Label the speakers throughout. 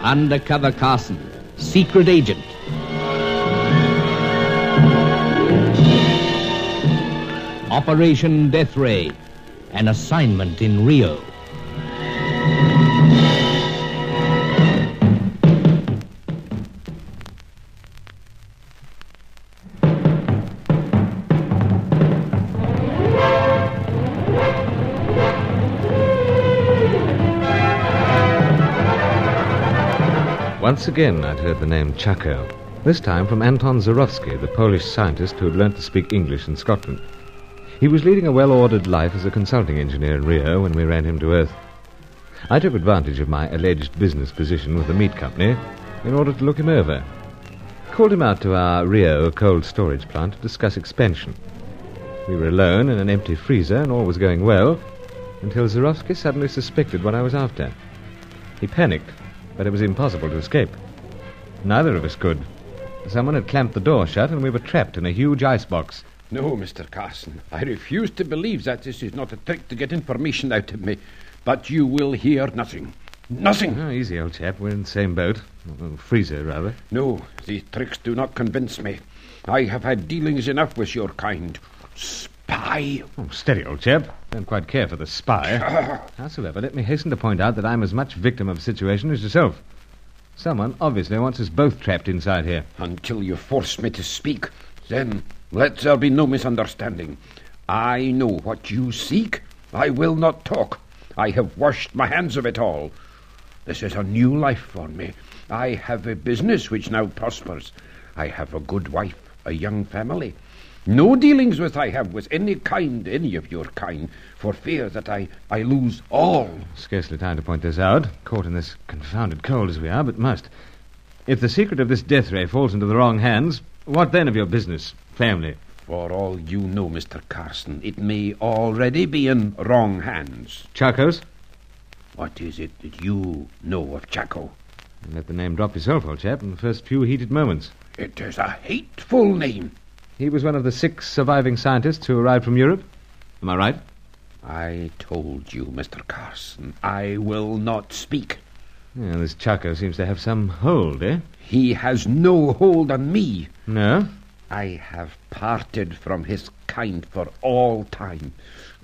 Speaker 1: Undercover Carson, secret agent. Operation Death Ray, an assignment in Rio.
Speaker 2: Once again, I'd heard the name Chaco, this time from Anton Zarowski, the Polish scientist who had learnt to speak English in Scotland. He was leading a well ordered life as a consulting engineer in Rio when we ran him to Earth. I took advantage of my alleged business position with the meat company in order to look him over. Called him out to our Rio cold storage plant to discuss expansion. We were alone in an empty freezer and all was going well until Zarowski suddenly suspected what I was after. He panicked, but it was impossible to escape. Neither of us could. Someone had clamped the door shut, and we were trapped in a huge icebox.
Speaker 3: No, Mr. Carson, I refuse to believe that this is not a trick to get information out of me. But you will hear nothing. Nothing!
Speaker 2: Oh, easy, old chap. We're in the same boat. Well, Freezer, rather.
Speaker 3: No, these tricks do not convince me. I have had dealings enough with your kind. Spy!
Speaker 2: Oh, steady, old chap. Don't quite care for the spy. Howsoever, let me hasten to point out that I'm as much victim of the situation as yourself. Someone obviously wants us both trapped inside here.
Speaker 3: Until you force me to speak, then let there be no misunderstanding. I know what you seek. I will not talk. I have washed my hands of it all. This is a new life for me. I have a business which now prospers. I have a good wife, a young family. No dealings with I have with any kind, any of your kind, for fear that I, I lose all.
Speaker 2: Scarcely time to point this out, caught in this confounded cold as we are, but must. If the secret of this death ray falls into the wrong hands, what then of your business, family?
Speaker 3: For all you know, Mr. Carson, it may already be in wrong hands.
Speaker 2: Chacos?
Speaker 3: What is it that you know of Chaco?
Speaker 2: You Let the name drop yourself, old chap, in the first few heated moments.
Speaker 3: It is a hateful name.
Speaker 2: He was one of the six surviving scientists who arrived from Europe. Am I right?
Speaker 3: I told you, Mr. Carson, I will not speak.
Speaker 2: Yeah, this Chaco seems to have some hold, eh?
Speaker 3: He has no hold on me.
Speaker 2: No?
Speaker 3: I have parted from his kind for all time.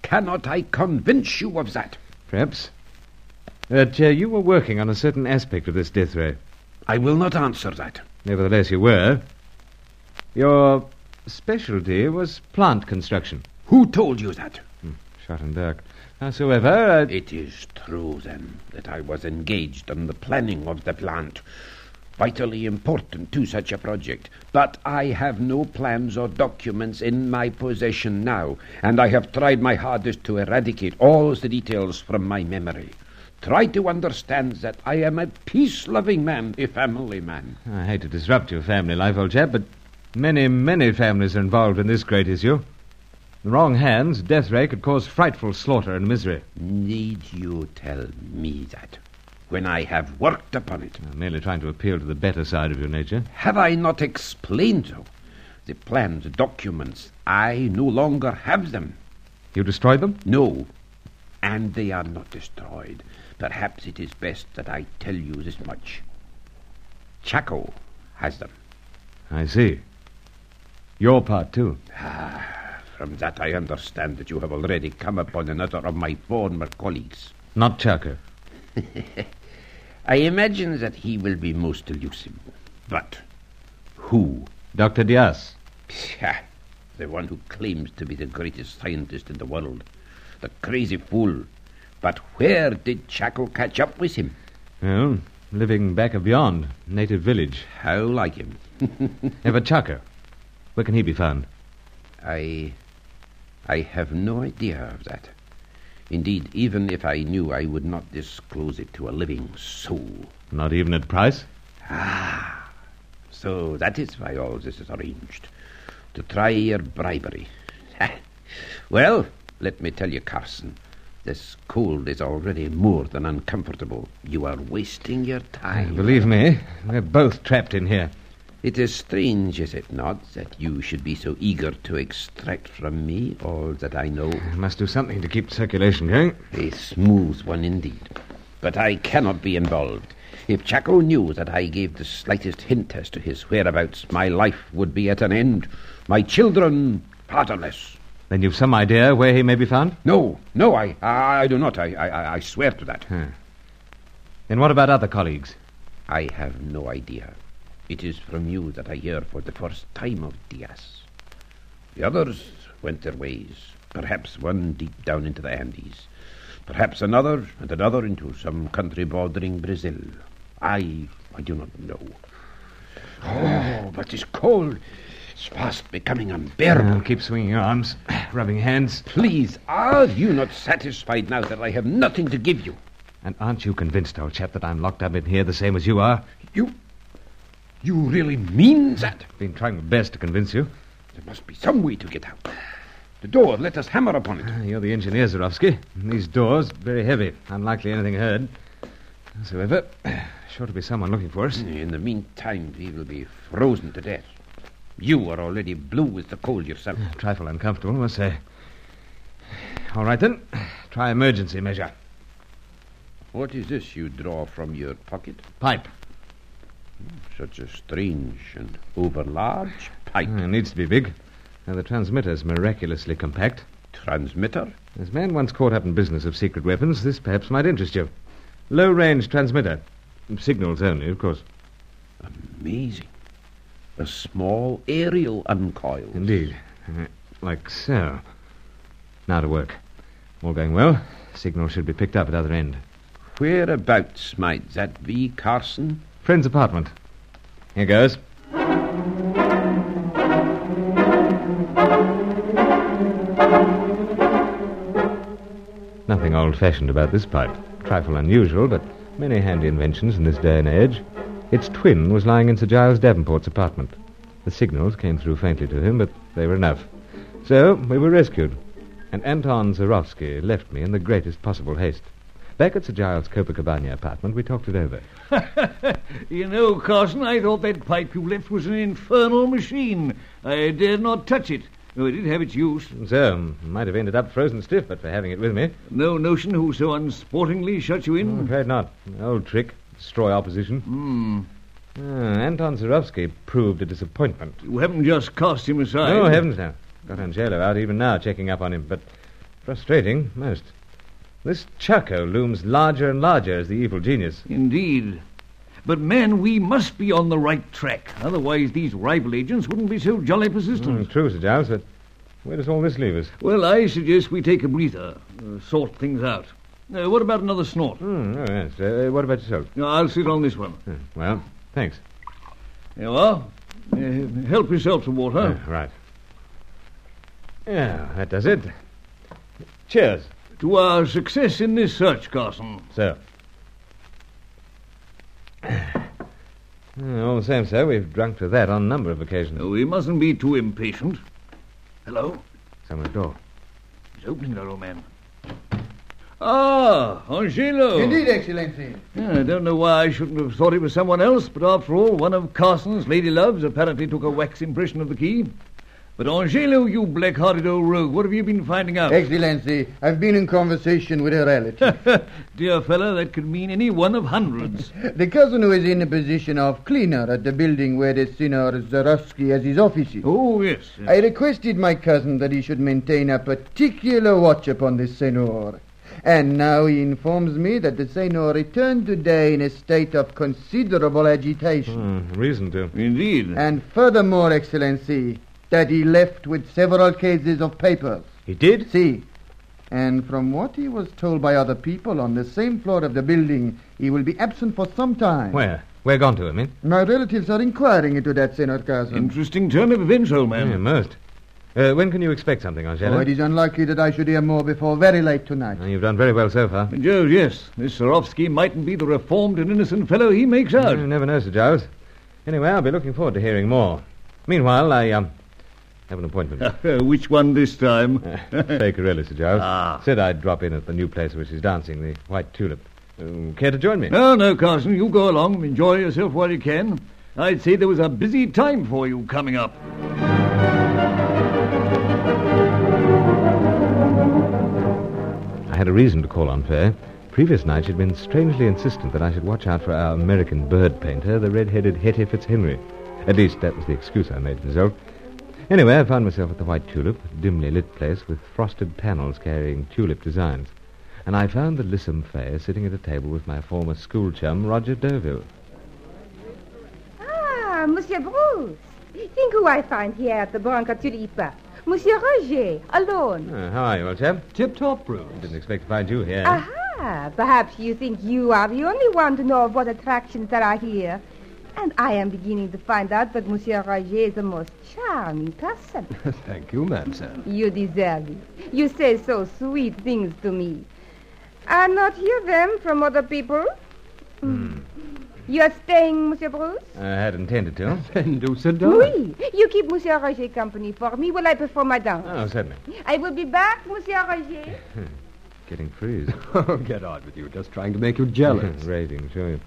Speaker 3: Cannot I convince you of that?
Speaker 2: Perhaps. But uh, you were working on a certain aspect of this death ray.
Speaker 3: I will not answer that.
Speaker 2: Nevertheless, you were. Your specialty was plant construction.
Speaker 3: Who told you that?
Speaker 2: Shut and dark. Howsoever, uh,
Speaker 3: It is true, then, that I was engaged on the planning of the plant. Vitally important to such a project. But I have no plans or documents in my possession now, and I have tried my hardest to eradicate all the details from my memory. Try to understand that I am a peace loving man, a family man.
Speaker 2: I hate to disrupt your family life, old chap, but many, many families are involved in this great issue. In the wrong hands, death ray could cause frightful slaughter and misery.
Speaker 3: Need you tell me that? When I have worked upon it.
Speaker 2: I'm merely trying to appeal to the better side of your nature.
Speaker 3: Have I not explained so? The plans, the documents, I no longer have them.
Speaker 2: You destroyed them?
Speaker 3: No, and they are not destroyed. Perhaps it is best that I tell you this much. Chaco has them.
Speaker 2: I see. Your part, too.
Speaker 3: From that, I understand that you have already come upon another of my former colleagues.
Speaker 2: Not Chaco.
Speaker 3: I imagine that he will be most elusive. But who
Speaker 2: Dr. Diaz.
Speaker 3: Psha! The one who claims to be the greatest scientist in the world. The crazy fool. But where did Chaco catch up with him?
Speaker 2: Well, living back of beyond, native village.
Speaker 3: How like him?
Speaker 2: Ever Chaco. Where can he be found?
Speaker 3: I. I have no idea of that. Indeed, even if I knew, I would not disclose it to a living soul.
Speaker 2: Not even at price?
Speaker 3: So that is why all this is arranged. To try your bribery. well, let me tell you, Carson. This cold is already more than uncomfortable. You are wasting your time.
Speaker 2: Believe me, we're both trapped in here.
Speaker 3: It is strange, is it not, that you should be so eager to extract from me all that I know?
Speaker 2: I must do something to keep circulation going.
Speaker 3: A smooth one indeed. but I cannot be involved. If Chaco knew that I gave the slightest hint as to his whereabouts, my life would be at an end. My children fatherless.
Speaker 2: Then you've some idea where he may be found?
Speaker 3: No, no, I, I, I do not. I, I, I swear to that.
Speaker 2: Then what about other colleagues?
Speaker 3: I have no idea. It is from you that I hear for the first time of Diaz. The others went their ways, perhaps one deep down into the Andes, perhaps another and another into some country bordering Brazil. I, I do not know. Oh, but it's cold. It's fast becoming unbearable.
Speaker 2: Now, keep swinging your arms, rubbing hands.
Speaker 3: Please, are you not satisfied now that I have nothing to give you?
Speaker 2: And aren't you convinced, old chap, that I'm locked up in here the same as you are?
Speaker 3: You. You really mean that?
Speaker 2: Been trying my best to convince you.
Speaker 3: There must be some way to get out. The door, let us hammer upon it.
Speaker 2: You're the engineer, Zerovsky. And These doors, very heavy. Unlikely anything heard. Howsoever, sure to be someone looking for us.
Speaker 3: In the meantime, we will be frozen to death. You are already blue with the cold yourself.
Speaker 2: Trifle uncomfortable, must say. All right, then. Try emergency measure.
Speaker 3: What is this you draw from your pocket?
Speaker 2: Pipe.
Speaker 3: Such a strange and overlarge pipe.
Speaker 2: Uh, needs to be big. Now, the transmitter's miraculously compact.
Speaker 3: Transmitter?
Speaker 2: As man once caught up in business of secret weapons, this perhaps might interest you. Low range transmitter. Signals only, of course.
Speaker 3: Amazing. A small aerial uncoil.
Speaker 2: Indeed. Uh, Like so. Now to work. All going well. Signal should be picked up at other end.
Speaker 3: Whereabouts might that be, Carson?
Speaker 2: Friend's apartment. Here goes. Nothing old fashioned about this pipe. Trifle unusual, but many handy inventions in this day and age. Its twin was lying in Sir Giles Davenport's apartment. The signals came through faintly to him, but they were enough. So we were rescued, and Anton Zarovsky left me in the greatest possible haste. Back at Sir Giles' Copacabana apartment, we talked it over.
Speaker 4: You know, Carson, I thought that pipe you left was an infernal machine. I dared not touch it, though I did have its use.
Speaker 2: So, might have ended up frozen stiff, but for having it with me.
Speaker 4: No notion who so unsportingly shut you
Speaker 2: I'm
Speaker 4: in.
Speaker 2: afraid not. An old trick. Destroy opposition. Ah, Anton Zerovsky proved a disappointment.
Speaker 4: You haven't just cast him aside.
Speaker 2: Oh, heavens no. Got Angelo out even now, checking up on him, but frustrating, most. This Chaco looms larger and larger as the evil genius.
Speaker 4: Indeed. But, man, we must be on the right track. Otherwise, these rival agents wouldn't be so jolly persistent.
Speaker 2: Hmm, true, Sir Giles, but where does all this leave us?
Speaker 4: Well, I suggest we take a breather, uh, sort things out. Uh, what about another snort?
Speaker 2: Hmm, oh, yes. Uh, what about yourself?
Speaker 4: No, I'll sit on this one.
Speaker 2: Hmm, well, thanks.
Speaker 4: There you are. Uh, help yourself to water.
Speaker 2: Ah, right. Yeah, that does it. Cheers,
Speaker 4: To our success in this search, Carson.
Speaker 2: sir. Ah, All the same, sir, we've drunk to that on a number of occasions.
Speaker 4: No, we Oh, mustn't be too impatient. Hello?
Speaker 2: Someone's door.
Speaker 4: He's opening that old man. Ah, Angelo.
Speaker 5: Indeed, Excellency.
Speaker 4: Yeah, I don't know why I shouldn't have thought it was someone else, but after all, one of Carson's lady loves apparently took a wax impression of the key. But Angelo, you black-hearted old rogue, what have you been finding out?
Speaker 5: Excellency, I've been in conversation with a relative,
Speaker 4: Dear fellow, that could mean any one of hundreds.
Speaker 5: the cousin who is in the position of cleaner at the building where the sinner Zarovsky has his offices.
Speaker 4: oh, yes.
Speaker 5: I requested my cousin that he should maintain a particular watch upon the senor. And now he informs me that the senor returned today in a state of considerable agitation.
Speaker 2: Hmm, reason to.
Speaker 4: Indeed.
Speaker 5: And furthermore, Excellency, that he left with several cases of papers.
Speaker 2: He did?
Speaker 5: See, and from what he was told by other people on the same floor of the building, he will be absent for some time.
Speaker 2: Where? Where gone to, eh? I mean?
Speaker 5: My relatives are inquiring into that, Senor Carson.
Speaker 4: Interesting turn of events, old
Speaker 2: Yeah,
Speaker 4: man.
Speaker 2: most. Uh, when can you expect something,
Speaker 5: Oh,
Speaker 2: Angelo?
Speaker 5: it is unlikely that I should hear more before very late tonight.
Speaker 2: Uh, you've done very well so far.
Speaker 4: Joe, yes, this Sorovsky mightn't be the reformed and innocent fellow he makes out.
Speaker 2: You never know, Sir Giles. Anyway, I'll be looking forward to hearing more. Meanwhile, I um, have an appointment.
Speaker 4: Which one this time?
Speaker 2: Bakerelli, Sir Giles.
Speaker 4: Ah.
Speaker 2: Said I'd drop in at the new place where she's dancing, the White Tulip. Um, care to join me?
Speaker 4: No, no, Carson, you go along. Enjoy yourself while you can. I'd say there was a busy time for you coming up.
Speaker 2: I had a reason to call on Fair. previous night she'd been strangely insistent that I should watch out for our American bird painter, the red-headed Hetty Fitzhenry. At least that was the excuse I made for myself. Anyway, I found myself at the White Tulip, a dimly lit place with frosted panels carrying tulip designs. And I found the Lissom Fair sitting at a table with my former school chum, Roger Derville.
Speaker 6: Ah, Monsieur Bruce. Think who I find here at the Branca Tulipa. Monsieur Roger, alone.
Speaker 2: Uh, how are you, old chap? Ah.
Speaker 7: Tip top, Bruce.
Speaker 2: Didn't expect to find you here.
Speaker 6: Aha! Perhaps you think you are the only one to know of what attractions there are here. And I am beginning to find out that Monsieur Roger is the most charming person.
Speaker 7: Thank you, mademoiselle.
Speaker 6: you deserve it. You say so sweet things to me. I not hear them from other people. You are staying, Monsieur Bruce?
Speaker 2: I had intended to.
Speaker 7: Then do sit
Speaker 6: Oui. You keep Monsieur Roger company for me while I perform my dance.
Speaker 2: Oh, certainly.
Speaker 6: I will be back, Monsieur Roger.
Speaker 2: Getting freeze.
Speaker 7: Get on with you. Just trying to make you jealous.
Speaker 2: Rating, sure.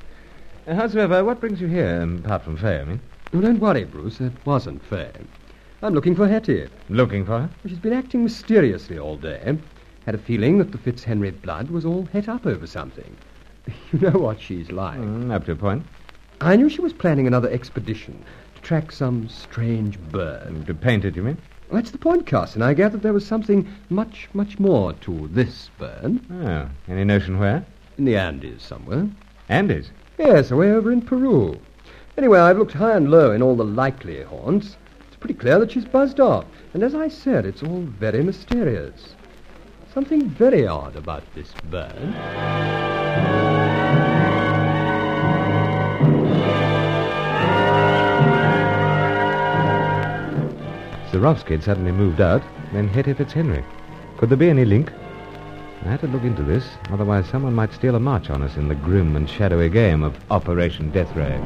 Speaker 2: Uh, howsoever, what brings you here, um, apart from Faye, I mean?
Speaker 4: No, don't worry, Bruce. It wasn't fair. I'm looking for Hetty.
Speaker 2: Looking for her?
Speaker 4: She's been acting mysteriously all day. Had a feeling that the Fitzhenry blood was all het up over something. You know what she's like.
Speaker 2: Mm, up to a point.
Speaker 4: I knew she was planning another expedition to track some strange bird.
Speaker 2: Um, to paint it, you mean?
Speaker 4: That's the point, Carson. I gathered there was something much, much more to this bird.
Speaker 2: Oh, any notion where?
Speaker 4: In the Andes somewhere.
Speaker 2: Andy's.
Speaker 4: Yes, away over in Peru. Anyway, I've looked high and low in all the likely haunts. It's pretty clear that she's buzzed off. And as I said, it's all very mysterious. Something very odd about this bird.
Speaker 2: Zerovsky had suddenly moved out, then Hetty Fitzhenry. Could there be any link? I had to look into this, otherwise someone might steal a march on us in the grim and shadowy game of Operation Death Ray.